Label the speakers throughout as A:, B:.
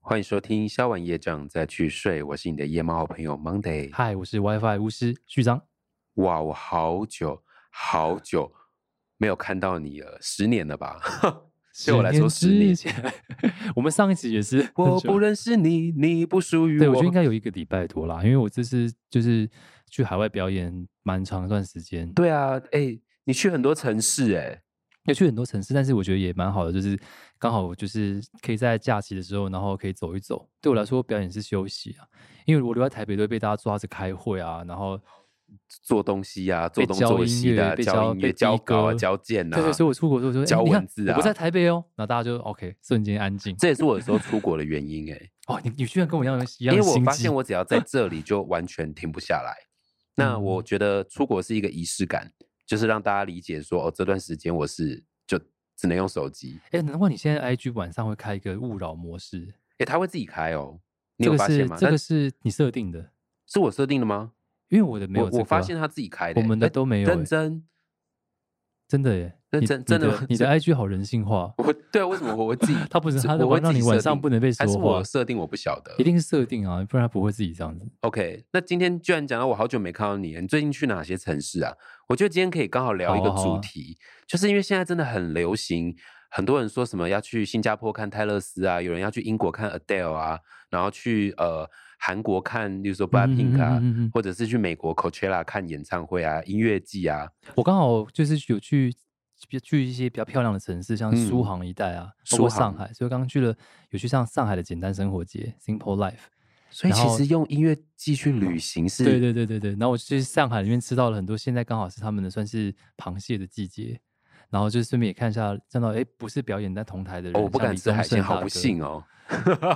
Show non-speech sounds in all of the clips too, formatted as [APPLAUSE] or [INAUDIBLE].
A: 欢迎收听《消完业障再去睡》，我是你的夜猫好朋友 Monday。
B: 嗨，我是 WiFi 巫师序章。
A: 哇，我好久好久没有看到你了，十年了
B: [LAUGHS]
A: 吧？对我来说，十年
B: 之
A: 前。
B: [LAUGHS] 我们上一集也是
A: 我
B: 很久
A: 不认识你，你不属于
B: 对，我觉
A: 我
B: 得应该有一个礼拜多啦，因为我这次就是去海外表演蛮长一段时间，
A: 对啊，哎、你去很多城市、哎，
B: 也去很多城市，但是我觉得也蛮好的，就是刚好就是可以在假期的时候，然后可以走一走。对我来说，表演是休息啊，因为我留在台北都会被大家抓着开会啊，然后
A: 做东西呀、啊，做
B: 被
A: 东
B: 教
A: 做
B: 音
A: 西的啊、
B: 乐被
A: 教
B: 教
A: 音
B: 被
A: 乐、教
B: 逼
A: 稿啊、
B: 歌
A: 教件啊。
B: 对对，所以我出国的时候就
A: 教
B: 哎你看
A: 文字啊
B: 我不在台北哦，然后大家就 OK，瞬间安静。
A: 这也是我有时候出国的原因、哎。
B: 哦，你你居然跟我一样一样
A: 因为
B: 的
A: 我
B: 心
A: 发
B: 机
A: 现我只要在这里就完全停不
B: [LAUGHS]
A: 下来。那
B: 嗯
A: 我觉得出国是一个仪式感，就是让大家理解说，哦，这段时间我是就只能用手机。
B: 哎、难怪你现在 IG 晚上会开一个勿扰模式，
A: 诶，他会自己开哦，你
B: 这
A: 有
B: 个
A: 发
B: 是
A: 现吗？
B: 这
A: 那
B: 个是你设定的，
A: 是我设定的吗？
B: 因为我的没有、这
A: 我我
B: 个
A: 发
B: 啊
A: 现他自己开的、
B: 我们的
A: 诶
B: 都没有、
A: 认
B: 欸，
A: 真。 [LAUGHS]
B: 真的耶，
A: 认
B: 你
A: 真
B: 你
A: 真的吗
B: 你的
A: 这
B: IG 好人性化，
A: 我对啊为什么我会自己
B: [LAUGHS] ？他不是他的
A: 我会
B: 晚让
A: 自己设
B: 你晚上
A: 定
B: 不能被说
A: 还是我
B: 话
A: 设定我不晓得
B: 一。定是设定啊，不然他不会自己这样子。
A: OK，那今天居然讲到我好久没看到你了，你最近去哪些城市啊？我觉得今天可以刚好聊一个
B: 好啊好
A: 主
B: 啊
A: 题，就是因为现在真的很流行，很多人说什么要去新加坡看泰勒斯啊，有人要去英国看 Adele 啊，然后去呃韩国看，例如说 Blackpink 啊，
B: 嗯嗯嗯嗯嗯
A: 或者是去美国 Coachella 看演唱会啊、音乐季啊。
B: 我刚好就是有去去一些比较漂亮的城市，像苏
A: 嗯
B: 杭一带啊，包括
A: 苏
B: 上
A: 杭
B: 海，所以刚刚去了有去上上海的简单生活节 （Simple Life）。
A: 所以
B: 然
A: 其
B: 后嗯
A: 实用音乐季去旅行是，哦
B: 对对对对对，然后我去上海里面吃到了很多，现在刚好是他们的算是螃蟹的季节，然后就顺便也看一下，看到哎不是表演但同台的人，
A: 哦，我不
B: 像
A: 敢
B: 李
A: 吃
B: 宗
A: 海
B: 盛
A: 鲜，好
B: 大
A: 不
B: 哥
A: 幸哦。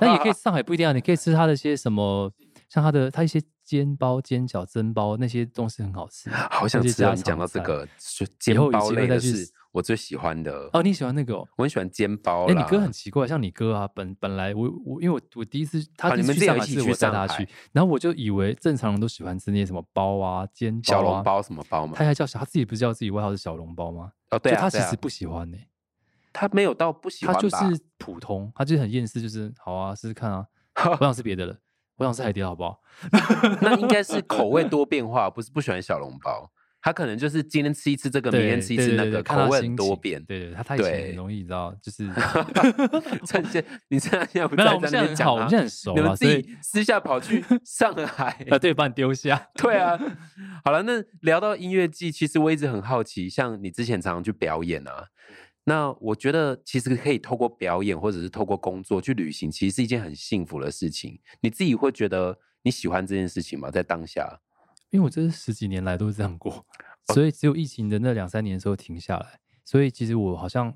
B: 但也
A: [LAUGHS]
B: 可以上海不一定啊，你可以吃他的一些什么，像他的他一些煎包、煎饺、蒸包那些东西很好吃。
A: [LAUGHS] 好想
B: 那些
A: 吃哦！
B: 家
A: 你讲
B: 常
A: 到这
B: 菜
A: 个，就煎
B: 以后有
A: 包
B: 机会
A: 类的
B: 再去
A: 是我最喜欢的。
B: 哦，你喜欢那个哦？
A: 我很喜欢煎包
B: 哎，
A: 啦。
B: 你哥很奇怪，像你哥啊，本本来我我因为我我第一次他
A: 啊
B: 第
A: 你
B: 一
A: 们自己
B: 次去上
A: 有
B: 海
A: 一起
B: 是
A: 去
B: 我带
A: 上
B: 他
A: 海
B: 去，然后我就以为正常人都喜欢吃那些什么包啊、煎包啊、
A: 小笼包什么包嘛
B: 他？还叫小他自己不是叫自己外号是小笼包吗？
A: 哦，对
B: 就
A: 啊，
B: 他其
A: 对啊
B: 实不喜欢呢、
A: 他没有到不喜
B: 他
A: 欢吧，
B: 就是普通，他就是很厌世，就是好啊，试试看
A: [LAUGHS]
B: 啊，我想吃别的了，我想吃海底捞好不好？
A: 那应该是口味多变化，不是不喜欢小笼包。他可能就是今天吃一次这个，明
B: 对，
A: 天吃一
B: 对
A: 次
B: 对
A: 那
B: 对
A: 个，
B: 看
A: 口
B: 他
A: 味很
B: 心
A: 多
B: 情
A: 变。
B: 对对，他他以前
A: 对
B: 很容易，你知道，就是
A: [LAUGHS] 趁现你现在现在不
B: [LAUGHS] 没有啦，我
A: 在在那
B: 们现在
A: 边
B: 很
A: 讲
B: 好，我们
A: 啊
B: 现在很熟
A: 你
B: 了，
A: 们自
B: 所以
A: 己私下跑去上海。
B: 把对把你丢下。 [LAUGHS]
A: [LAUGHS] 对啊，好了，那聊到音乐季，其实我一直很好奇，像你之前常常去表演
B: 嗯
A: 啊，那我觉得其实可以透过表演或者是透过工作去旅行，其实是一件很幸福的事情。你自己会觉得你喜欢这件事情吗？在当下，
B: 因为我这十几年来都是这样过，
A: 哦
B: 所以只有疫情的那两三年的时候停下来，所以其实我好像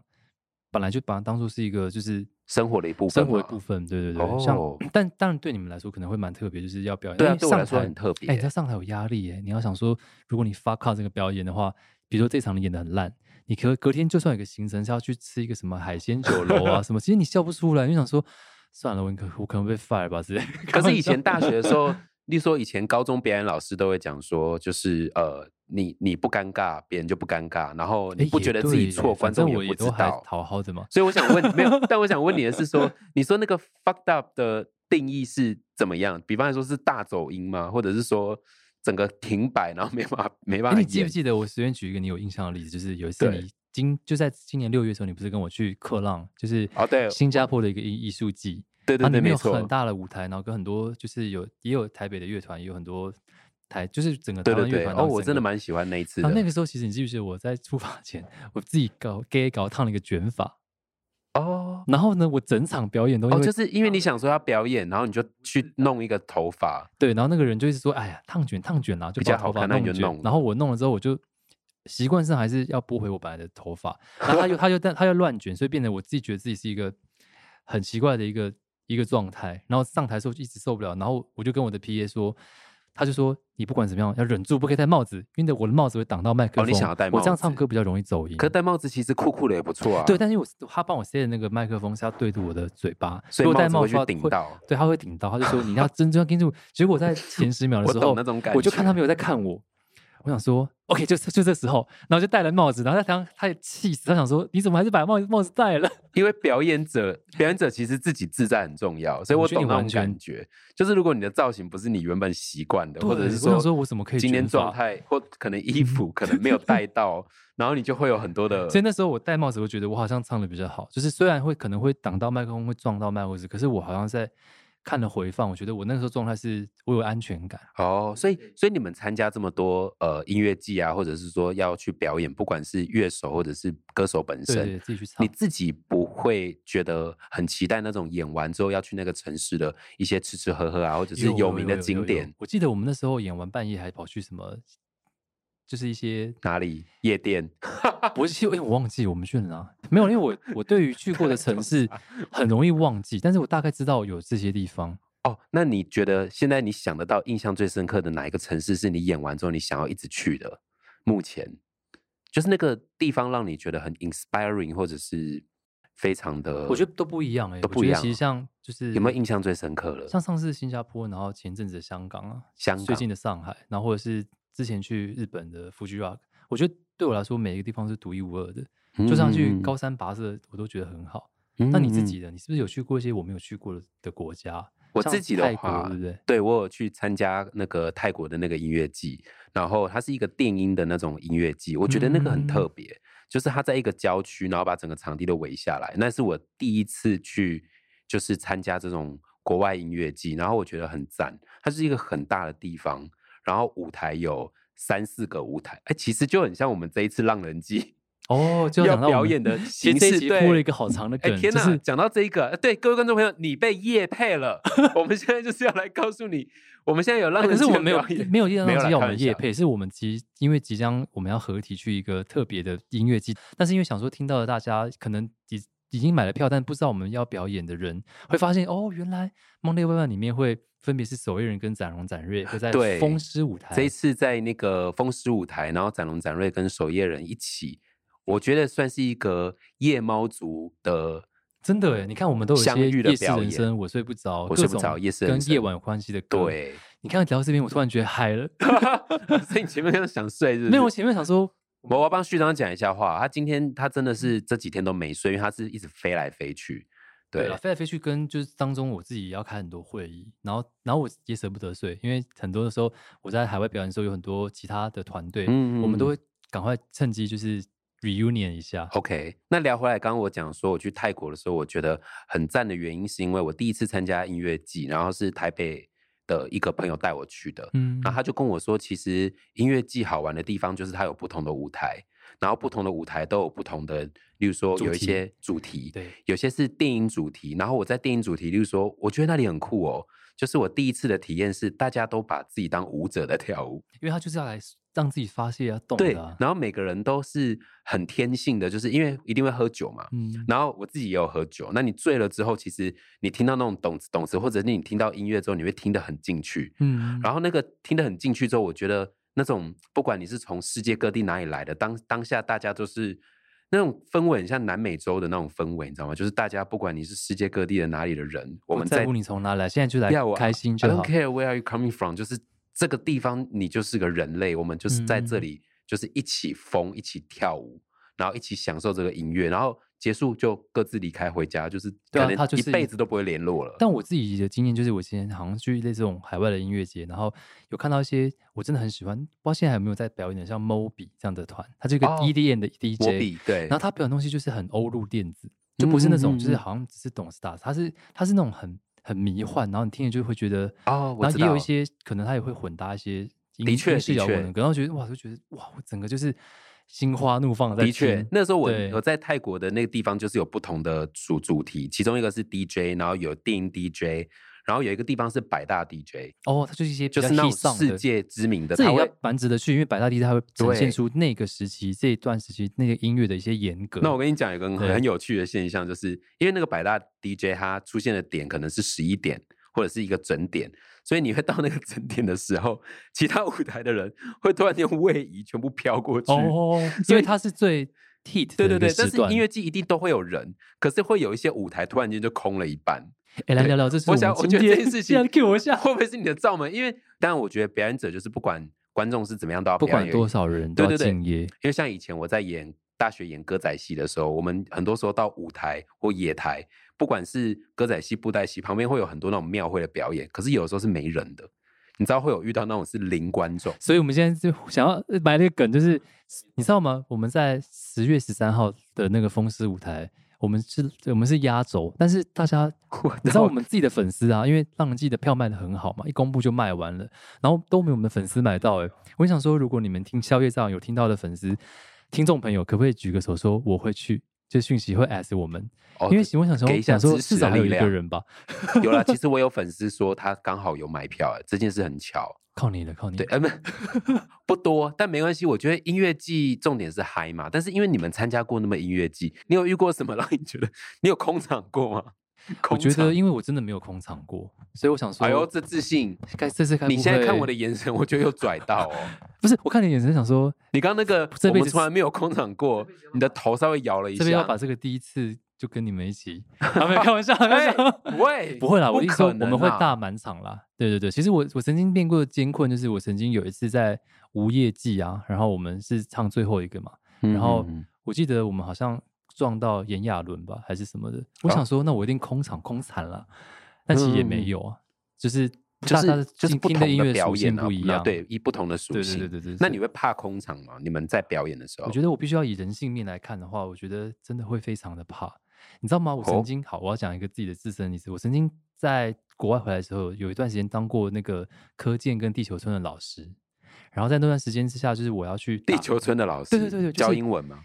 B: 本来就把它当做是一个就是
A: 生活的一部分
B: 生活的
A: 嘛
B: 部分，对对对，
A: 哦
B: 像但当然对你们来说可能会蛮特别，就是要表演，
A: 对
B: 因
A: 啊，
B: 为
A: 对我来
B: 上
A: 说
B: 台
A: 很特别
B: 哎、你在上海有压力耶！你要想说，如果你发卡这个表演的话，比如说这场你演的很烂，你可隔天就算有个行程是要去吃一个什么海鲜酒楼
A: [LAUGHS]
B: 啊什么，其实你笑不出来，你就想说算了，我可我可能被 fire 吧之类的。
A: [LAUGHS]
B: 哎
A: 可
B: 开
A: 是
B: 玩
A: 以
B: 笑 [LAUGHS]
A: 前大学的时候， [LAUGHS] 例如说以前高中表演老师都会讲说，就是呃，你你不尴尬，别人就不尴尬，然后你
B: 哎
A: 不
B: 也
A: 觉得自
B: 对
A: 己
B: 耶
A: 错，观
B: 反正
A: 众
B: 我
A: 不知
B: 都还
A: 道。
B: 好好的嘛。
A: 所以我想问，没
B: [LAUGHS]
A: 有，但我想问你的是说，你说那个 fucked up 的定义是怎么样？比方来说是大走音吗？或者是说整个停摆，然后没办法没办
B: 哎，
A: 法
B: 你记
A: 演
B: 不？记得我随便举一个你有印象的例子，就是有一次
A: 对
B: 你今就在今年六月的时候，你不是跟我去克浪，就是
A: 哦对
B: 新加坡的一个艺艺术季，
A: 对对
B: 它
A: 对，
B: 里面
A: 没
B: 啊有
A: 错
B: 很，大的舞台，然后跟很多就是有也有台北的乐团，也有很多台就是整个
A: 对
B: 台
A: 对
B: 湾乐
A: 对。
B: 团。
A: 哦，我真的蛮喜欢那一次的。
B: 啊，那个时候其实你记不记得我在出发前，我自己搞 gay 搞烫了一个卷发，
A: 哦
B: 然后呢，我整场表演都因
A: 哦，
B: 为、
A: 就是因为你想说要表演，然后你就去弄一个头发，
B: 对，然后那个人就一直说，哎呀，烫卷烫卷啦、就
A: 比较
B: 把头
A: 好
B: 发
A: 看那你
B: 弄
A: 就
B: 卷
A: 弄了
B: 然后我弄了之后，我就习惯上还是要拨回我本来的头发，然后他又他又但他又乱卷，所以变得我自己觉得自己是一个很奇怪的一个一个状态。然后上台的时候就一直受不了，然后我就跟我的 P A 说。他就说：“你不管怎么样，要忍住，不可以戴帽子，因为我的帽子会挡到麦克
A: 哦
B: 风。
A: 你想要戴
B: 我这样
A: 帽
B: 唱
A: 子
B: 歌比较容易走音。
A: 可戴帽子其实酷酷的也不错啊。
B: 嗯对，，但是因为我他帮我塞的那个麦克风是要对着我的嘴巴，
A: 所以
B: 如果戴
A: 帽
B: 帽
A: 子
B: 的
A: 会
B: 话
A: 去顶，到。
B: 对，他会顶到。他就说你要真正要盯住。结果在前十秒
A: [LAUGHS]
B: 的
A: 我
B: 时
A: 懂
B: 候
A: 那种，
B: 我
A: 感
B: 就看
A: 觉
B: 他没有在看我，我想说，OK，就就这时候，然后就戴了帽子，然后他想他也气死，他想说你怎么还是把帽子帽子戴了？ [LAUGHS]
A: 因为表演者，表演者其实自己自在很重要，所以
B: 我
A: 我
B: 觉得
A: 懂
B: 你
A: 那
B: 蛮
A: 种
B: 敢
A: 感觉。就是如果你的造型不是你原本习惯的，
B: 对
A: 或者是
B: 我想说我怎么可以
A: 今天
B: 卷
A: 状
B: 发
A: 态或可能
B: [LAUGHS]
A: 衣服可能没有带到，然后你就会有很多的
B: 所以那时候我戴帽子，我觉得我好像唱的比较好，就是虽然会可能会挡到麦克风，会撞到麦克风，可是我好像在看了回放，我觉得我那个时候状态是我有安全感。
A: 哦，所以所以你们参加这么多呃音乐季啊，或者是说要去表演，不管是乐手或者是歌手本
B: 对对，
A: 身，
B: 自己去唱
A: 你。自己不会觉得很期待那种演完之后要去那个城市的一些吃吃喝喝啊，或者是有名的景点
B: 我记得我们那时候演完半夜还跑去什么，就是一些
A: 哪里夜店？
B: 不是，因为我忘记我们去了哪。没有，因为我我对于去过的城市很容易忘记，但是我大概知道有这些地方。
A: 哦，那你觉得现在你想得到印象最深刻的哪一个城市是你演完之后你想要一直去的？目前就是那个地方让你觉得很 inspiring，或者是非常的，
B: 我觉得都不一样哎、欸，
A: 都
B: 我
A: 不
B: 觉
A: 一
B: 得
A: 样
B: 其实
A: 哦
B: 像就是
A: 有没有印象最深刻了？
B: 像上次新加坡，然后前阵子的香港啊，
A: 香
B: 最
A: 港
B: 近的上海，然后或者是之前去日本的 Fuji Rock，我觉得对我来说每一个地方是独一无二的。就算去
A: 嗯
B: 高山跋涉，我都觉得很好。
A: 嗯
B: 那你自
A: 嗯
B: 己的，你是不是有去过一些我没有去过的的国家？
A: 我
B: 像
A: 自己的
B: 泰国
A: 话
B: 对不对？
A: 对我有去参加那个泰国的那个音乐季，然后它是一个电音的那种音乐季，我觉得那个很特
B: 嗯
A: 别，就是它在一个郊区，然后把整个场地都围下来，那是我第一次去，就是参加这种国外音乐季，然后我觉得很赞，它是一个很大的地方，然后舞台有三四个舞台，哎，其实就很像我们这一次浪人季
B: 哦，就
A: 要
B: 讲到我
A: 表
B: 们
A: 演的
B: [LAUGHS]
A: 形
B: 其实这一
A: 式，
B: 集
A: 对
B: 铺了一个好长的
A: 哎、
B: 梗，
A: 天
B: 就
A: 哪！
B: 是啊
A: 讲到这一个，对各位观众朋友，你被业配了。我们现在就是要来告诉你，我们现在有让
B: 哎
A: 人
B: 可是
A: 气
B: 我
A: 的
B: 没有
A: 表演
B: 没有夜
A: 没有
B: 让
A: 啦
B: 机要我
A: 开
B: 们
A: 玩
B: 夜
A: 笑
B: 配，是我们即因为即将我们要合体去一个特别的音乐季，但是因为想说听到的大家可能已已经买了票，但不知道我们要表演的人会发现哦，原来《梦内外外》里面会分别是守夜人跟展荣、展瑞会在
A: 对
B: 风狮舞台
A: 这一次在那个风狮舞台，然后展龙、展瑞跟守夜人一起，我觉得算是一个夜猫族
B: [LAUGHS] 嗯
A: 的
B: 真的哎，你看我们都有一
A: 相
B: 些
A: 遇的
B: 夜市
A: 表
B: 人
A: 演
B: 生，我睡不着，
A: 我
B: 各
A: 睡不
B: 种
A: 着夜市人
B: 跟夜
A: 生
B: 晚有关系的歌。，
A: 对。 [LAUGHS]
B: 你看聊到这边，我突然觉得嗨了。
A: 所以你前面就想睡是不是？
B: 没有，我前面想说，
A: 我要帮旭章讲一下话，他今天他
B: 嗯
A: 真的是这几天都没睡，因为他是一直飞来飞去。
B: 对
A: 对
B: 了，，飞来飞去跟就是当中我自己也要开很多会议，然后然后我也舍不得睡，因为很多的时候我在海外表演的时候有很多其他的团队，
A: 嗯
B: 我们
A: 嗯哦
B: 都
A: 嗯
B: 会赶快趁机就是 reunion 一下。
A: OK，那聊回来，刚刚我讲说我去泰国的时候，我觉得很赞的原因是因为我第一次参加音乐季，然后是台北的一个朋友带我去的，
B: 嗯
A: 然后他就跟我说，其实音乐季好玩的地方就是它有不同的舞台，然后不同的舞台都有不同的，例如说
B: 主
A: 有一
B: 题
A: 些主题，
B: 对，
A: 有些是电影主题，然后我在电影主题，例如说，我觉得那里很酷哦，就是我第一次的体验是大家都把自己当舞者在跳舞，
B: 因为他就是要来让自己发泄啊，动
A: 对
B: 的、啊，。
A: 然后每个人都是很天性的，就是因为一定会喝酒嘛，
B: 嗯，
A: 然后我自己也有喝酒，那你醉了之后，其实你听到那种懂词懂词，或者是你听到音乐之后，你会听得很进去。
B: 嗯
A: 然后那个听得很进去之后，我觉得那种不管你是从世界各地哪里来的，当当下大家都是那种氛围，很像南美洲的那种氛围，你知道吗？就是大家不管你是世界各地的哪里的人，我
B: 不
A: 们
B: 在
A: 在
B: 乎你从哪来，现在就来
A: 要我
B: 开心
A: I
B: 就
A: don't
B: 好。
A: care where are you coming from，就是这个地方你就是个人类，我们就是在这
B: 嗯
A: 里就是一起疯，一起跳舞，然后一起享受这个音乐，然后结束就各自离开回家，就是
B: 对啊
A: 可
B: 他
A: 能
B: 就
A: 一
B: 是
A: 辈子都不会联络了。
B: 但我自己的经验就是，我之前好像去类似这种海外的音乐节，然后有看到一些我真的很喜欢，不知道现在还有没有在表演的，像 Moby 这样的团，他这个
A: 哦
B: EDM 的 E DJ，、
A: 我比对
B: 然后他表演的东西就是很欧陆电子，就不是那种
A: 嗯嗯嗯
B: 就是
A: 嗯
B: 好像只是懂 star，他是他是那种很很迷幻，然后你听了就会觉得
A: 哦我
B: 然后
A: 知
B: 也有
A: 道
B: 一些可能他也会混搭一些英
A: 的
B: 英
A: 确
B: 式
A: 的
B: 摇滚
A: 确
B: 的歌，然后觉得哇，就觉得哇，我整个就是心花怒放地在
A: 的确
B: 听，
A: 那时候我
B: 对
A: 我在泰国的那个地方就是有不同的主主题，其中一个是 DJ，然后有电音 DJ，然后有一个地方是百大 DJ，
B: 哦，他就是一些比
A: 就
B: 较
A: 是那
B: hit
A: 种
B: 上
A: 世
B: 的。
A: 界知名的，
B: 这
A: 他
B: 也
A: 会
B: 要蛮值得去，因为百大地它会呈现
A: 对
B: 出那个时期这一段时期那个音乐的一些严格。
A: 那我跟你讲，有个很
B: 对
A: 很有趣的现象，就是因为那个百大 DJ 它出现的点可能是十一点或者是一个整点，所以你会到那个整点的时候，其他舞台的人会突然间位移，全部飘过去。
B: 哦，因
A: 所以
B: 为它是最 hit
A: 对
B: 的
A: 对
B: 一个
A: 对，但
B: 时
A: 是
B: 段
A: 音乐季一定都会有人，可是会有一些舞台突然间就空了一半。
B: 哎，来
A: 对
B: 聊聊，这是
A: 我
B: 们
A: 想，我觉
B: 今
A: 得这件
B: 天
A: 事
B: 这样
A: 情
B: cue 我一下。
A: 会不会是你的罩门？因为当然，我觉得表演者就是不管观众是怎么样都要
B: 不
A: 表
B: 管
A: 演
B: 多少人
A: 对
B: 都要
A: 对对
B: 敬业，
A: 因为像以前我在演大学演歌仔戏的时候，我们很多时候到舞台或野台，不管是歌仔戏、布袋戏，旁边会有很多那种庙会的表演，可是有的时候是没人的，你知道会有遇到那种是零观众， [LAUGHS]
B: 所以我们现在就想要呃埋了一个梗，就是你知道吗？我们在十月十三号的那个风狮舞台，我们是我们是压轴，但是大家你知道我们自己的粉丝啊，因为浪人记的票卖的很好嘛，一公布就卖完了，然后都没有我们的粉丝买到哎、我想说，如果你们听宵夜照有听到的粉丝听众朋友，可不可以举个手说我会去？这讯息会 as 我们，
A: 哦
B: 因为我想说，
A: 给一下
B: 想说
A: 支持
B: 至少
A: 的
B: 有
A: 力
B: 一个
A: 量
B: 人吧，
A: 有啦，其实我有粉丝说他刚好有买票，欸这件事很巧。
B: 靠你了，靠你了
A: 对，。呃，不不多，但没关系。我觉得音乐季重点是嗨嘛，但是因为你们参加过那么音乐季，你有遇过什么让你觉得你有空场过吗？
B: 我
A: 空
B: 觉
A: 场
B: 得，因为我真的没有空场过，所以我想说，
A: 哎呦，这自信！
B: 该这次该
A: 你
B: 不
A: 现在看
B: 会
A: 我的眼神，我觉得有拽到哦。
B: [LAUGHS] 不是，我看你眼神想说，
A: 你刚刚那个，
B: 这
A: 我
B: 辈
A: 们
B: 子
A: 从来没有空场过，你的头稍微摇了一
B: 这边要
A: 下
B: 把。这个第一次就跟你们一起，啊、没有开玩笑，开
A: [LAUGHS]
B: 玩 [LAUGHS]
A: 哎， [LAUGHS]
B: 笑。
A: 不会，
B: 不会啦，我一说
A: 可
B: 我
A: 能啊
B: 们会
A: 啦
B: 大满场啦。对对对，其实我我曾经变过艰困，就是我曾经有一次在无业季啊，然后我们是唱最后一个嘛，然后
A: 嗯嗯嗯
B: 我记得我们好像撞到炎亚纶吧，还是什么的。我
A: 啊
B: 想说，那我一定空场空惨了，但其实也没
A: 嗯
B: 有啊，就是
A: 就
B: 大家
A: 是就是
B: 听
A: 不
B: 听
A: 同
B: 的音乐
A: 表
B: 属性
A: 演啊
B: 不一
A: 那
B: 样，
A: 对，以不同的属
B: 对
A: 性。
B: 对对对对。
A: 那你会怕空场吗？你们在表演的时候，
B: 我觉得我必须要以人性面来看的话，我觉得真的会非常的怕。你知道吗？我曾
A: 哦
B: 经、好，我要讲一个自己的自身例子。我曾经在国外回来的时候，有一段时间当过那个科建跟地球村的老师，然后在那段时间之下，就是我要去
A: 地
B: 打
A: 球村的老师，
B: 对对对对，
A: 教英文吗？？
B: 就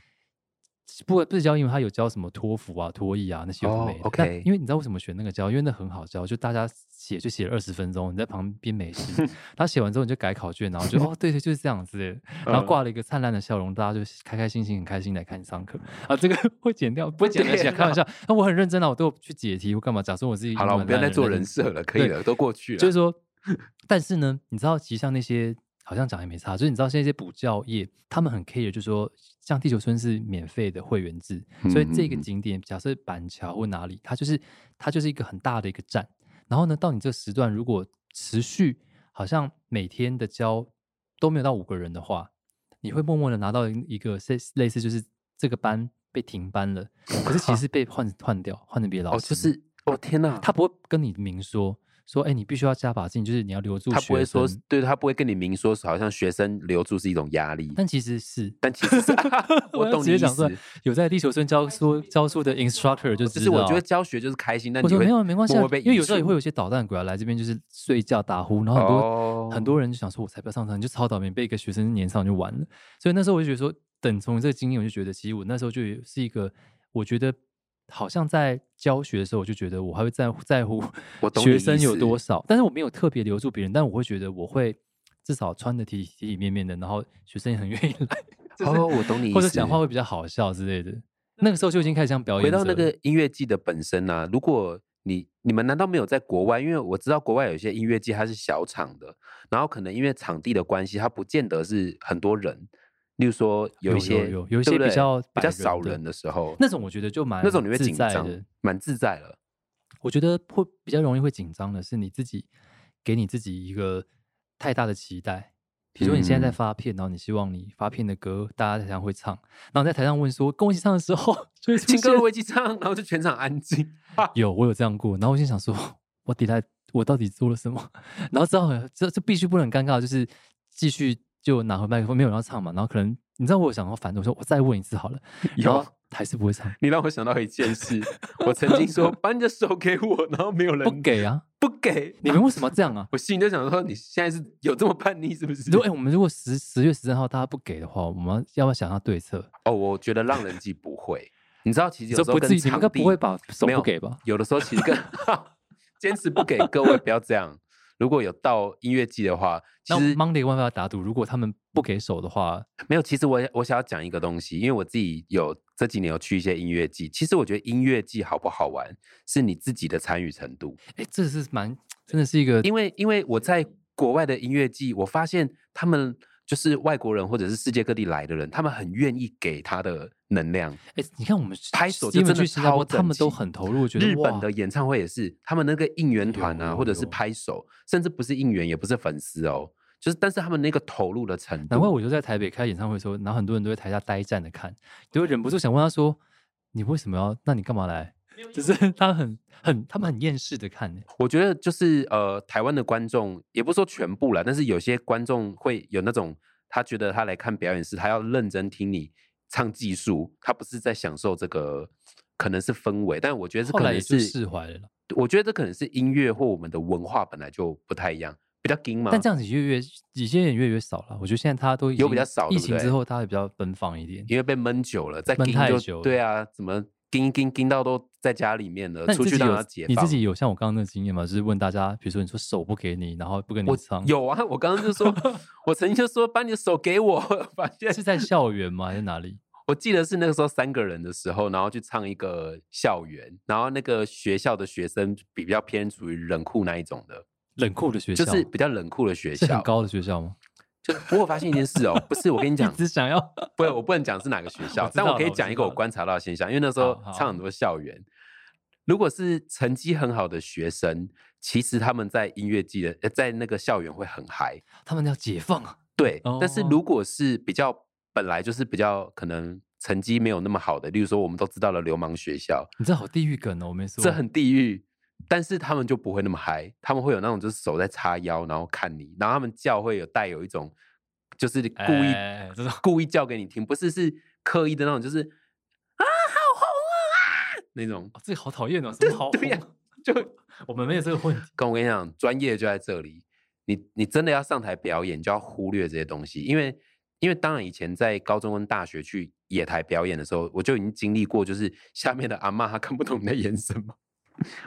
B: 是、不不是教英文，他有教什么托福啊、托译啊那些有的
A: 哦
B: 没的。
A: ，OK
B: 但因为你知道为什么选那个教？因为那很好教，就大家写就写了二十分钟，你在旁边
A: [LAUGHS]
B: 没事。他写完之后你就改考卷，然后就哦，对对，就是这样子耶。然后
A: 嗯
B: 挂了一个灿烂的笑容，大家就开开心心、很开心来看你上课啊。这个 [LAUGHS] 会剪掉，不会剪掉，
A: 天
B: 剪
A: 哪
B: 开
A: [LAUGHS]
B: 玩笑。那我很认真啊，我都有去解题，我干嘛？假设我自己
A: 好了，我们不要再做人设了，可以
B: 啊对
A: 了，都过去了。
B: 就是说， [LAUGHS] 但是呢，你知道，其实像那些好像讲也没差，就是你知道现在这些补教业，他们很 care，就是说，像地球村是免费的会员制，所以这个
A: 嗯嗯嗯
B: 景点，假设板桥或哪里，它就是它就是一个很大的一个站。然后呢，到你这个时段，如果持续好像每天的教都没有到五个人的话，你会默默的拿到一个类类似就是这个班被停班了，可是
A: [LAUGHS]
B: 其实被换换掉，换成别的老
A: 哦，
B: 师。
A: 就是哦，天哪，
B: 他不会跟你明说说，哎、你必须要加把劲，就是你要留住
A: 他不
B: 学
A: 会说
B: 生，
A: 对他不会跟你明说，好像学生留住是一种压力，
B: 但其实是
A: 但其实
B: [LAUGHS]
A: 是啊
B: 我
A: 我
B: 要
A: 懂
B: 直
A: 你
B: 接
A: 意
B: 讲出来
A: 思。
B: 有在地球村教书教书的 instructor 就知道，
A: 就是我觉得教学就是开心，但
B: 我
A: 你
B: 说
A: 会
B: 没有没关系、
A: 默
B: 啊
A: 默，被
B: 因为
A: 移
B: 有时候也
A: 除
B: 会有一些捣蛋鬼啊来这边就是睡觉打呼，然后很多、
A: 哦
B: 很多人就想说，我才不要上场，你就超倒霉，被一个学生粘上就完了。所以那时候我就觉得说，等从这个经验，我就觉得其实我那时候就是一个，我觉得好像在教学的时候，我就觉得我还会在乎在乎
A: [LAUGHS] 我懂你
B: 学
A: 意
B: 生有
A: 思
B: 多少，但是我没有特别留住别人，但我会觉得我会至少穿的体体体面面的，然后学生也很愿 [LAUGHS] 意来，就是
A: 哦，我懂你意思。
B: 或者讲话会比较好笑之类的。那个时候就已经开始像表演
A: 回
B: 者
A: 到那
B: 了，
A: 个音乐季的本身呢、如果你你们难道没有在国外？因为我知道国外有一些音乐季它是小场的，然后可能因为场地的关系，它不见得是很多人。例如说
B: 有
A: 一些
B: 有有有
A: 对
B: 一些
A: 不
B: 比
A: 对
B: 较
A: 比较
B: 百人
A: 少
B: 的
A: 人的时候，
B: 那种我觉得就蛮
A: 那种你会
B: 自
A: 紧
B: 在
A: 张
B: 的，
A: 蛮自在了。
B: 我觉得会比较容易会紧张的是你自己给你自己一个太大的期待。比如说你现在在
A: 嗯
B: 发片，然后你希望你发片的歌大家在台上会唱，然后在台上问说跟我一起唱的时候，就会出
A: 情歌
B: 现
A: 危机唱，然后就全场安静。
B: 有我有这样过，然后我心想说，我底来我到底做了什么？ [LAUGHS] 然后之后这这必须不能尴尬，就是继续就拿回麦克风，没有人要唱嘛，然后可能你知道我有想要反对，我说我再问一次好了，然后
A: [LAUGHS] 有啊
B: 还是不
A: [LAUGHS]
B: 会唱，
A: 你让我想到一件事，我曾经
B: [LAUGHS]
A: 说把你的手给我，然后没有人
B: 不给啊，
A: 不给
B: 你们为什么要这样啊？
A: 我心里就想说，你现在是有这么叛逆是
B: [LAUGHS]
A: 不是
B: 如？果、哎，我们如果十十月十三号大家不给的话，我们要不要想要对策？
A: 哦，我觉得让人记不会。你知道，其实有
B: 就
A: 时候
B: 不
A: 跟
B: 至于，你们
A: 场
B: 应该
A: 地
B: 不会把手
A: 没
B: 不
A: 有
B: 给吧？
A: 有的时候其实跟 [LAUGHS] 坚持不给各位不要这样。如果有到音乐季的话，其
B: 那
A: 实
B: Monday 万法打赌，如果他们不给手的话，
A: 没有，其实我也我想要讲一个东西，因为我自己有这几年有去一些音乐季，其实我觉得音乐季好不好玩是你自己的参与程度，
B: 哎，这是蛮真的是一个
A: 因为因为我在国外的音乐季，我发现他们就是外国人或者是世界各地来的人，他们很愿意给他的能量。
B: 哎，你看我们
A: 拍手就
B: 因为
A: 真的
B: 去新加坡，
A: 超整
B: 他们都
A: 齐
B: 很投入，我觉得
A: 日本
B: 哇
A: 的演唱会也是，他们那个应援团
B: 有
A: 啊，
B: 有
A: 或者是
B: 有
A: 拍手，甚至不是应援，也不是粉丝哦，就是但是他们那个投入的程
B: 难怪
A: 度，
B: 我就在台北开演唱会的时候，然后很多人都在台下呆站的看，就会忍不住想问他说：“你为什么要？那你干嘛来？” [LAUGHS] 只是他很很他们很厌世的看、欸，
A: 我觉得就是呃，台湾的观众也不是说全部啦，但是有些观众会有那种他觉得他来看表演是他要认真听你唱技术，他不是在享受这个可能是氛围，但我觉得这
B: 后
A: 可
B: 来
A: 能
B: 也
A: 是
B: 就释怀了啦。
A: 我觉得这可能是音乐或我们的文化本来就不太一样，比较硬嘛。
B: 但这样子越越有些人越来越少了，我觉得现在他都已
A: 有比
B: 经
A: 较少
B: 疫
A: 对不
B: 情之
A: 对
B: 后他会比较奔放一点。
A: 因为被闷久了，再
B: 闷
A: 盯
B: 太
A: 就
B: 久了
A: 对啊，怎么盯盯盯到都在家里面了，
B: 那你
A: 出
B: 自
A: 去
B: 己
A: 让他
B: 有
A: 解放。
B: 你自己有像我刚刚那个经验吗？就是问大家，比如说你说手不给你，然后不跟你
A: 我
B: 唱，
A: 有啊，我刚刚就
B: [LAUGHS]
A: 说，我曾经就说把你的手给我， [LAUGHS] 发现
B: 是在校园吗？还是哪里？
A: 我记得是那个时候三个人的时候，然后去唱一个校园，然后那个学校的学生比较偏属于冷酷那一种的，
B: 冷酷的学校
A: 就是比较冷酷的学
B: 是很
A: 校。
B: 高的学校吗？
A: 就我有发现一件事哦，不是我
B: [LAUGHS]
A: 跟你讲，
B: 只想要
A: 不，我不能讲是哪个学校，
B: 知
A: 但
B: 道
A: 我可
B: 了
A: 以
B: 我
A: 讲
B: 知
A: 一个我
B: 道
A: 观察到的现象，因为那时候
B: 好好
A: 唱很多校园。如果是成绩很好的学生，其实他们在音乐季的，呃在那个校园会很嗨，
B: 他们要解放啊！
A: 对。但是
B: 哦
A: 如果是比较本来就是比较可能成绩没有那么好的，例如说我们都知道了流氓学校，
B: 你这好地狱梗哦，我没说。
A: 这很地狱，但是他们就不会那么嗨，他们会有那种就是手在叉腰，然后看你，然后他们叫会有带有一种就是故意、
B: 哎这种
A: [LAUGHS] 故意叫给你听，不是是刻意的那种，就是啊好红啊啊那种。
B: 哦这个好讨
A: [LAUGHS]
B: 厌哦，什么好
A: 对呀
B: 红
A: 就
B: 我们没有这个
A: [LAUGHS]
B: 问题。
A: 跟我跟你讲，专业就在这里，你你真的要上台表演，就要忽略这些东西，因为因为当然以前在高中跟大学去野台表演的时候，我就已经经历过，就是下面的阿嬷她看不懂你在演什么。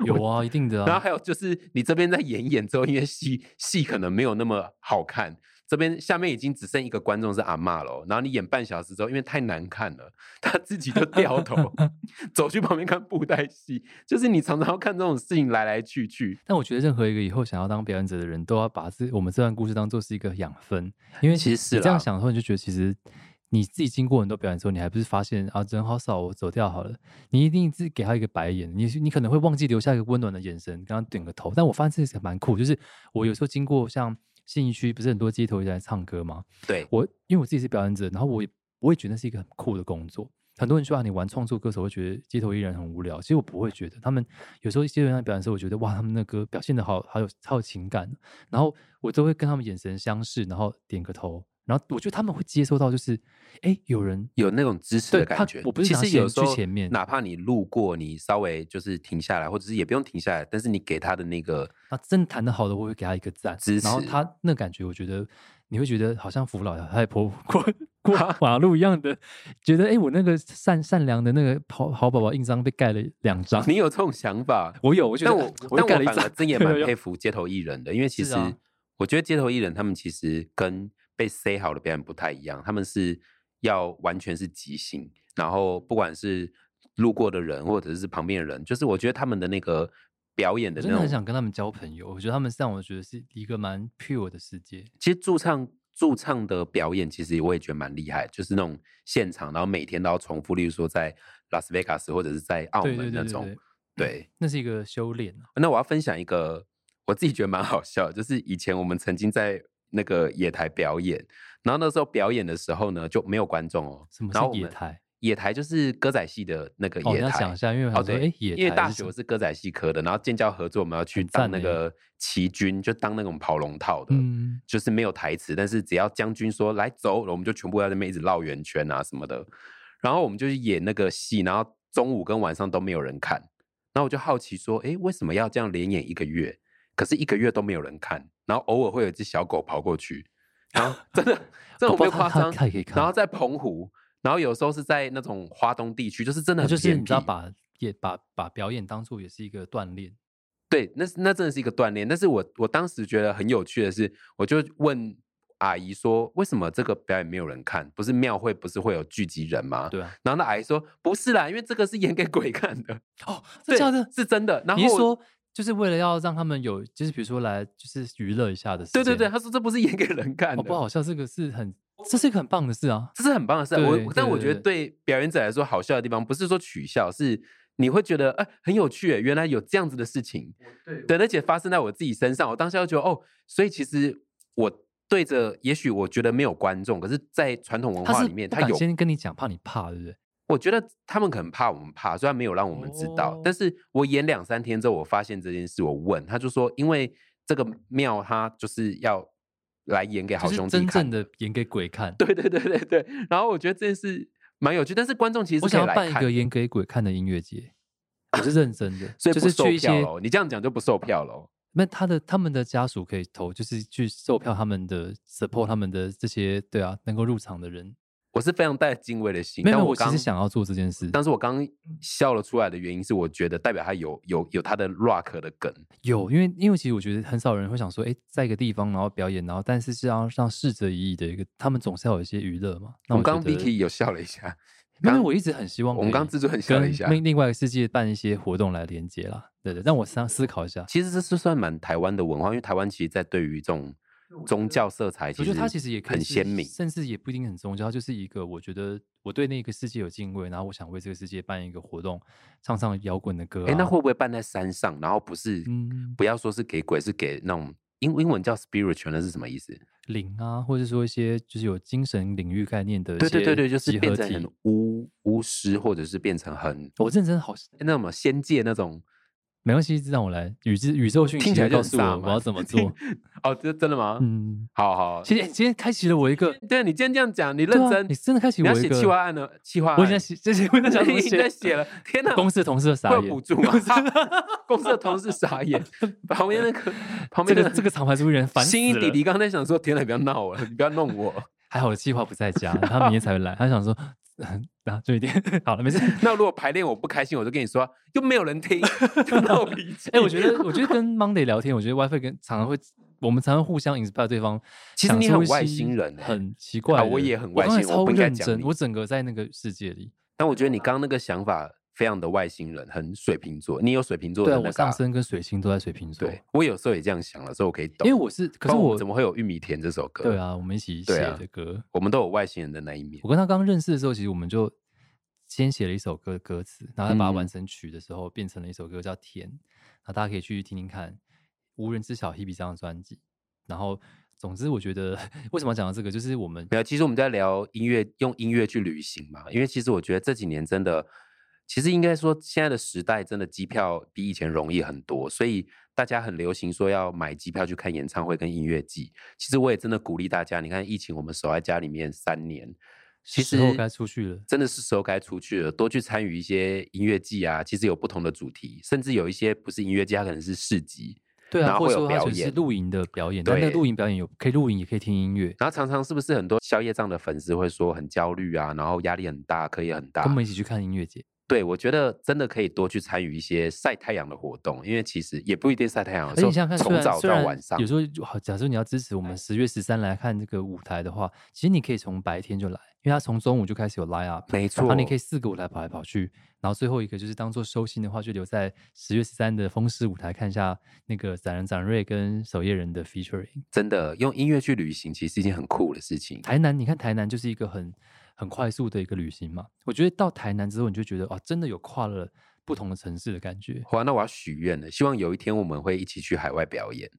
B: 有啊，一定的
A: 然后
B: 啊。
A: 还有就是你这边在演一演之后，因为戏戏可能没有那么好看，这边下面已经只剩一个观众是阿嬷了哦，然后你演半小时之后，因为太难看了， [LAUGHS] 他自己就掉
B: [LAUGHS]
A: 头走去旁边看布袋戏，就是你常常要看这种事情来来去去。
B: 但我觉得任何一个以后想要当表演者的人都要把这我们这段故事当做是一个养分，因为
A: 其实是
B: 你这样
A: 啦
B: 想的话，你就觉得其实你自己经过很多表演之后，你还不是发现啊人好少，我走掉好了。你一定是给他一个白眼，你你可能会忘记留下一个温暖的眼神，跟他点个头。但我发现这个蛮酷，就是我有时候经过像信义区，不是很多街头艺人来唱歌吗？
A: 对，
B: 我因为我自己是表演者，然后我也我也觉得那是一个很酷的工作。很多人说啊，你玩创作歌手会觉得街头艺人很无聊，其实我不会觉得。他们有时候街头艺人在表演的时候，我觉得哇，他们那歌表现的好，好有好有情感。哦然后我都会跟他们眼神相视，然后点个头。然后我觉得他们会接收到，就是哎，有人
A: 有那种支持
B: 对
A: 的
B: 他
A: 感觉。
B: 我不是
A: 其
B: 拿
A: 实有
B: 钱
A: 时
B: 去
A: 候
B: 前面
A: 哪怕你路过，你稍微就是停下来，或者是也不用停下来，但是你给他的那个 [LAUGHS]
B: 那真的弹得好的，我会给他一个赞
A: 支。
B: 然后
A: 持
B: 他那感觉，我觉得你会觉得好像扶老太婆 [LAUGHS] 过过
A: [LAUGHS]
B: 马路一样的，觉得哎、诶我那个善善良的那个好好宝宝印章被盖了两张。
A: 你有这种想法，
B: 我有，我觉得啊
A: 但我但
B: 我又盖
A: 我
B: 了一
A: 反而
B: 张， [LAUGHS]
A: 真也
B: 有
A: 蛮
B: 有
A: 佩服街头艺人的，因为其
B: 是
A: 实
B: 啊
A: 我觉得街头艺人他们其实跟被塞好的表演不太一样，他们是要完全是即兴，然后不管是路过的人或者是旁边的人，就是我觉得他们的那个表演
B: 我
A: 的
B: 真的
A: 那
B: 很
A: 种，
B: 想跟他们交朋友，我觉得他们让我觉得是一个蛮 pure 的世界。
A: 其实驻唱。驻唱的表演其实我也觉得蛮厉害，就是那种现场，然后每天都要重复，例如说在拉斯维加斯或者是在澳
B: 对对
A: 门
B: 对
A: 那
B: 对
A: 种。
B: 对，
A: 对，
B: 那是一个修炼啊。
A: 那我要分享一个我自己觉得蛮好笑的，就是以前我们曾经在那个野台表演，然后那时候表演的时候呢就没有观众哦。
B: 什么
A: 然后我
B: 是野
A: 们？
B: 台？
A: 野台就是歌仔戏的那个
B: 哦，你
A: 野
B: 要
A: 台。
B: 想一下，因为我
A: 哦
B: 想说，
A: 对
B: 哎，，野台
A: 因为大
B: 是
A: 学
B: 什
A: 我
B: 么
A: 是歌仔戏科的，然后建教合作，我们要去
B: 很赞
A: 当那
B: 欸
A: 个旗军，就当那种跑龙套的。
B: 嗯，
A: 就是没有台词，但是只要将军说来走，我们就全部在那边一直绕圆圈啊什么的。然后我们就去演那个戏，然后中午跟晚上都没有人看。然后我就好奇说，诶，为什么要这样连演一个月？可是一个月都没有人看，然后偶尔会有一只小狗跑过去，然后真
B: [LAUGHS]
A: 的，这我没有夸张。
B: 看可以看。
A: 然后在澎湖，然后有时候是在那种华东地区，就是真的
B: 那
A: 很
B: 就是
A: 偏
B: 你知道
A: 僻
B: 把也把把表演当做也是一个锻炼，
A: 对，那是那真的是一个锻炼。但是我我当时觉得很有趣的是，我就问阿姨说，为什么这个表演没有人看？不是庙会不是会有聚集人吗？[LAUGHS]
B: 对啊。
A: 然后那阿姨说，不是啦，因为这个是演给鬼看的。
B: 哦，
A: 对，
B: 这样的，
A: 是真的。然后
B: 你是
A: 我
B: 说就是为了要让他们有，就是比如说来就是娱乐一下的时
A: 对
B: 间？
A: 对对，她说这不是演给人看的，
B: 哦不好笑，这个是很，这是一个很棒的事啊。
A: 这是很棒的事啊。
B: 对
A: 我但
B: 对
A: 我
B: 对
A: 觉得对表演者来说，好笑的地方不是说取笑，是你会觉得哎、很有趣耶，原来有这样子的事情。对，而且发生在我自己身上，我当下就觉得哦，所以其实我。对着，也许我觉得没有观众，可是，在传统文
B: 他
A: 化
B: 是
A: 里面，
B: 不
A: 他
B: 敢
A: 有
B: 先跟你讲，怕你怕，对不对？
A: 我觉得他们可能怕我们怕，虽然没有让我们知道，
B: 哦
A: 但是我演两三天之后，我发现这件事，我问他就说，因为这个庙他就是要来演给好
B: 就是
A: 兄弟
B: 真
A: 看
B: 正，的演给鬼看。
A: 对对对对对。然后我觉得这件事蛮有趣，但是观众其实
B: 我
A: 是可以
B: 想要办
A: 来
B: 一
A: 看
B: 个，演给鬼看的音乐节，我是认真的，
A: [LAUGHS] 所以不
B: 就是
A: 售
B: 去一
A: 票
B: 些
A: 喽。你这样讲就不售票喽。
B: 那他的他们的家属可以投，就是去售票他们的 support 他们的这些对啊能够入场的人。
A: 我是非常带着敬畏的心，
B: 没有，
A: 但
B: 没有我其
A: 刚
B: 实想要做这件事，
A: 但是我刚笑了出来的原因是，我觉得代表他有有有他的 rock 的梗，
B: 有，因为因为其实我觉得很少人会想说，哎，在一个地方然后表演，然后但是是要让逝者已矣的一个，他们总是要有一些娱乐嘛。那
A: 我们
B: 我
A: 刚
B: 觉得
A: Vicky 有笑了一下，
B: 没有，
A: 刚
B: 我一直很希望
A: 我们
B: 可以
A: 刚制作人笑了
B: 跟
A: 一下。
B: 另另外一个世界办一些活动来连接啦。对对，让我思思考一下。
A: 其实这是算蛮台湾的文化，因为台湾其实，在对于这种宗教色彩，
B: 我觉得它其实也可以
A: 很
B: 是
A: 鲜明。
B: 甚至也不一定很宗教，它就是一个我觉得我对那个世界有敬畏，然后我想为这个世界办一个活动，唱唱摇滚的歌、啊。
A: 哎、那会不会办在山上？然后不是、
B: 嗯
A: 不要说是给鬼，是给那种英英文叫 spiritual，那是什么意思？
B: 灵啊，或者说一些就是有精神领域概念的一
A: 对对对
B: 些
A: 对，就是
B: 集
A: 变
B: 合
A: 成
B: 体
A: 很巫巫师，或者是变成很
B: 我认真好，
A: 那什么仙界那种。
B: 没关系，让我来宇宙宇宙讯
A: 听
B: 息
A: 起来
B: 来
A: 就
B: 告
A: 很
B: 诉
A: 飒
B: 我
A: 嘛
B: 我要怎么做。
A: [LAUGHS] 哦，这真的吗？
B: 嗯，
A: 好好，
B: 今天今天开启了我一个
A: 对你今天这样讲，你
B: 对
A: [LAUGHS] 认
B: 啊
A: 真，
B: 你真的开启
A: 你
B: 我
A: 要
B: 一
A: 写
B: 个
A: 企划案了，企划案，
B: 我已经在写，这些我在想怎
A: [LAUGHS] 你
B: 么
A: 已经在
B: 写。
A: 写了，天哪！
B: 公司的同事都傻
A: 会有
B: 眼，
A: 补助吗？公司的同事傻眼，
B: [LAUGHS]
A: 旁边那个旁
B: 这
A: 边那
B: 个这个厂牌主持人烦死
A: 新一
B: 了。
A: 弟弟刚才想说，天哪，不要闹我了，你不要弄我。 [LAUGHS]
B: 还好我的计划不在家，他明天才会来。他想说， [LAUGHS] 然后就一点好了，没事。
A: 那如果排练我不开心，我就跟你说，又没有人听， [LAUGHS] 就闹脾气。
B: 哎、我觉得，我觉得跟 Monday 聊天，我觉得 WiFi 跟常常会，我们常常互相 inspire 对方。
A: 其实你
B: 想出
A: 很
B: 一
A: 外
B: 些
A: 星人欸
B: 很奇怪
A: 啊
B: 的。
A: 我也很外
B: 刚才
A: 星人我
B: 超
A: 不应该
B: 认
A: 讲
B: 真，
A: 你
B: 我整个在那个世界里。
A: 但我觉得你刚刚那个想法非常的外星人，很水瓶座。你有水瓶座
B: 对
A: 的
B: 啊，
A: 那
B: 我
A: 个啊、
B: 上升跟水星都在水瓶座。
A: 对，我有时候也这样想了，所以我可以懂。
B: 因为我是，
A: 不
B: 可是
A: 然我
B: 我
A: 们怎么会有玉米田这首歌？
B: 对，啊，我们一起写
A: 对啊
B: 的歌。
A: 我们都有外星人的那一面。
B: 我跟他刚认识的时候，其实我们就先写了一首歌歌词，然后他把它
A: 嗯
B: 完成曲的时候，变成了一首歌叫《甜》，那大家可以去听听看，无人知晓 Hebe 这张专辑。然后，总之我觉得 [LAUGHS] 为什么要讲到这个，就是我们
A: 没有，其实我们在聊音乐，用音乐去旅行嘛。因为其实我觉得这几年真的，其实应该说现在的时代真的机票比以前容易很多，所以大家很流行说要买机票去看演唱会跟音乐季。其实我也真的鼓励大家，你看疫情我们守在家里面三年，其实
B: 时候该出去了。
A: 真的是时候该出去了，多去参与一些音乐季啊。其实有不同的主题，甚至有一些不是音乐季，它可能是市集。
B: 对
A: 然
B: 啊，
A: 后
B: 或
A: 会
B: 者
A: 有
B: 说它
A: 表
B: 只是
A: 演
B: 露营的表演，但那个
A: 对
B: 露营表演有可以露营，也可以听音乐。
A: 然后常常是不是很多宵夜障的粉丝会说很焦虑啊，然后压力很大，课业很大。
B: 跟我们一起去看音乐节，
A: 对，我觉得真的可以多去参与一些晒太阳的活动，因为其实也不一定晒太阳，
B: 而
A: 有
B: 且
A: 时
B: 哎
A: 候
B: 你想想看，虽
A: 从
B: 然
A: 早
B: 虽
A: 到
B: 然
A: 晚上哎
B: 有，时候就好，假设你要支持我们十月十三来看这个舞台的话，其实你可以从白天就来，因为它从中午就开始有 line up，
A: 没
B: 然
A: 错，
B: 后你可以四个舞台跑来跑去，然后最后一个就是当做收心的话，就留在十月十三的风狮舞台看一下那个展人展瑞跟守夜人的 featuring。
A: 真的用音乐去旅行，其实是一件很酷的事情。
B: 台南，你看台南就是一个很很快速的一个旅行嘛，我觉得到台南之后，你就觉得哇，真的有跨了不同的城市的感觉。
A: 好啊，那我要许愿了，希望有一天我们会一起去海外表演。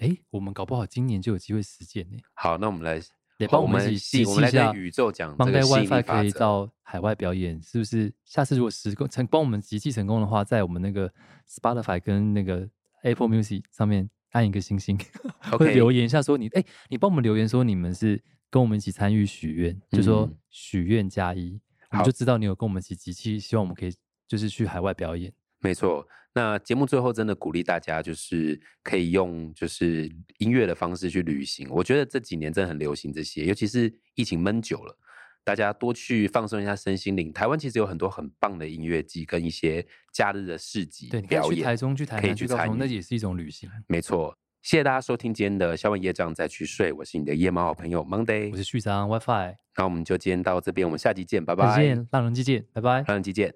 B: 哎，我们搞不好今年就有机会实践呢。
A: 好，那我们
B: [LAUGHS]
A: 来，
B: 得
A: 好
B: 帮
A: 我
B: 我
A: 们
B: 们一
A: 细
B: 起
A: 我
B: 解
A: 们
B: 析
A: 来
B: 一
A: 跟
B: 下
A: 宇宙讲这
B: 忙
A: 个
B: 在
A: 吸引力法
B: WiFi 可以
A: 则
B: 到海外表演，是不是？下次如果实成帮我们集气成功的话，在我们那个 Spotify 跟那个 Apple Music 上面按一个星星或者
A: OK
B: 留言一下说你哎、你帮我们留言说你们是跟我们一起参与许愿，就说
A: 嗯
B: 许愿加一，我
A: 好
B: 们就知道你有跟我们一起集气，希望我们可以就是去海外表演。
A: 没错，那节目最后真的鼓励大家，就是可以用就是音乐的方式去旅行。我觉得这几年真的很流行这些，尤其是疫情闷久了，大家多去放松一下身心灵。台湾其实有很多很棒的音乐季跟一些假日的市集
B: 对，你可以
A: 表
B: 去台
A: 演，
B: 中、去台
A: 可以
B: 南、
A: 去
B: 去高
A: 参
B: 雄，那
A: 与
B: 也是一种旅行。
A: 没错。谢谢大家收听今天的《消完业障再去睡》，我是你的夜猫好朋友 Monday，
B: 我是旭章 WiFi，
A: 那我们就今天到这边，我们下集见，拜
B: 再
A: 拜，
B: 见，浪人季见，拜拜。
A: 让人集见。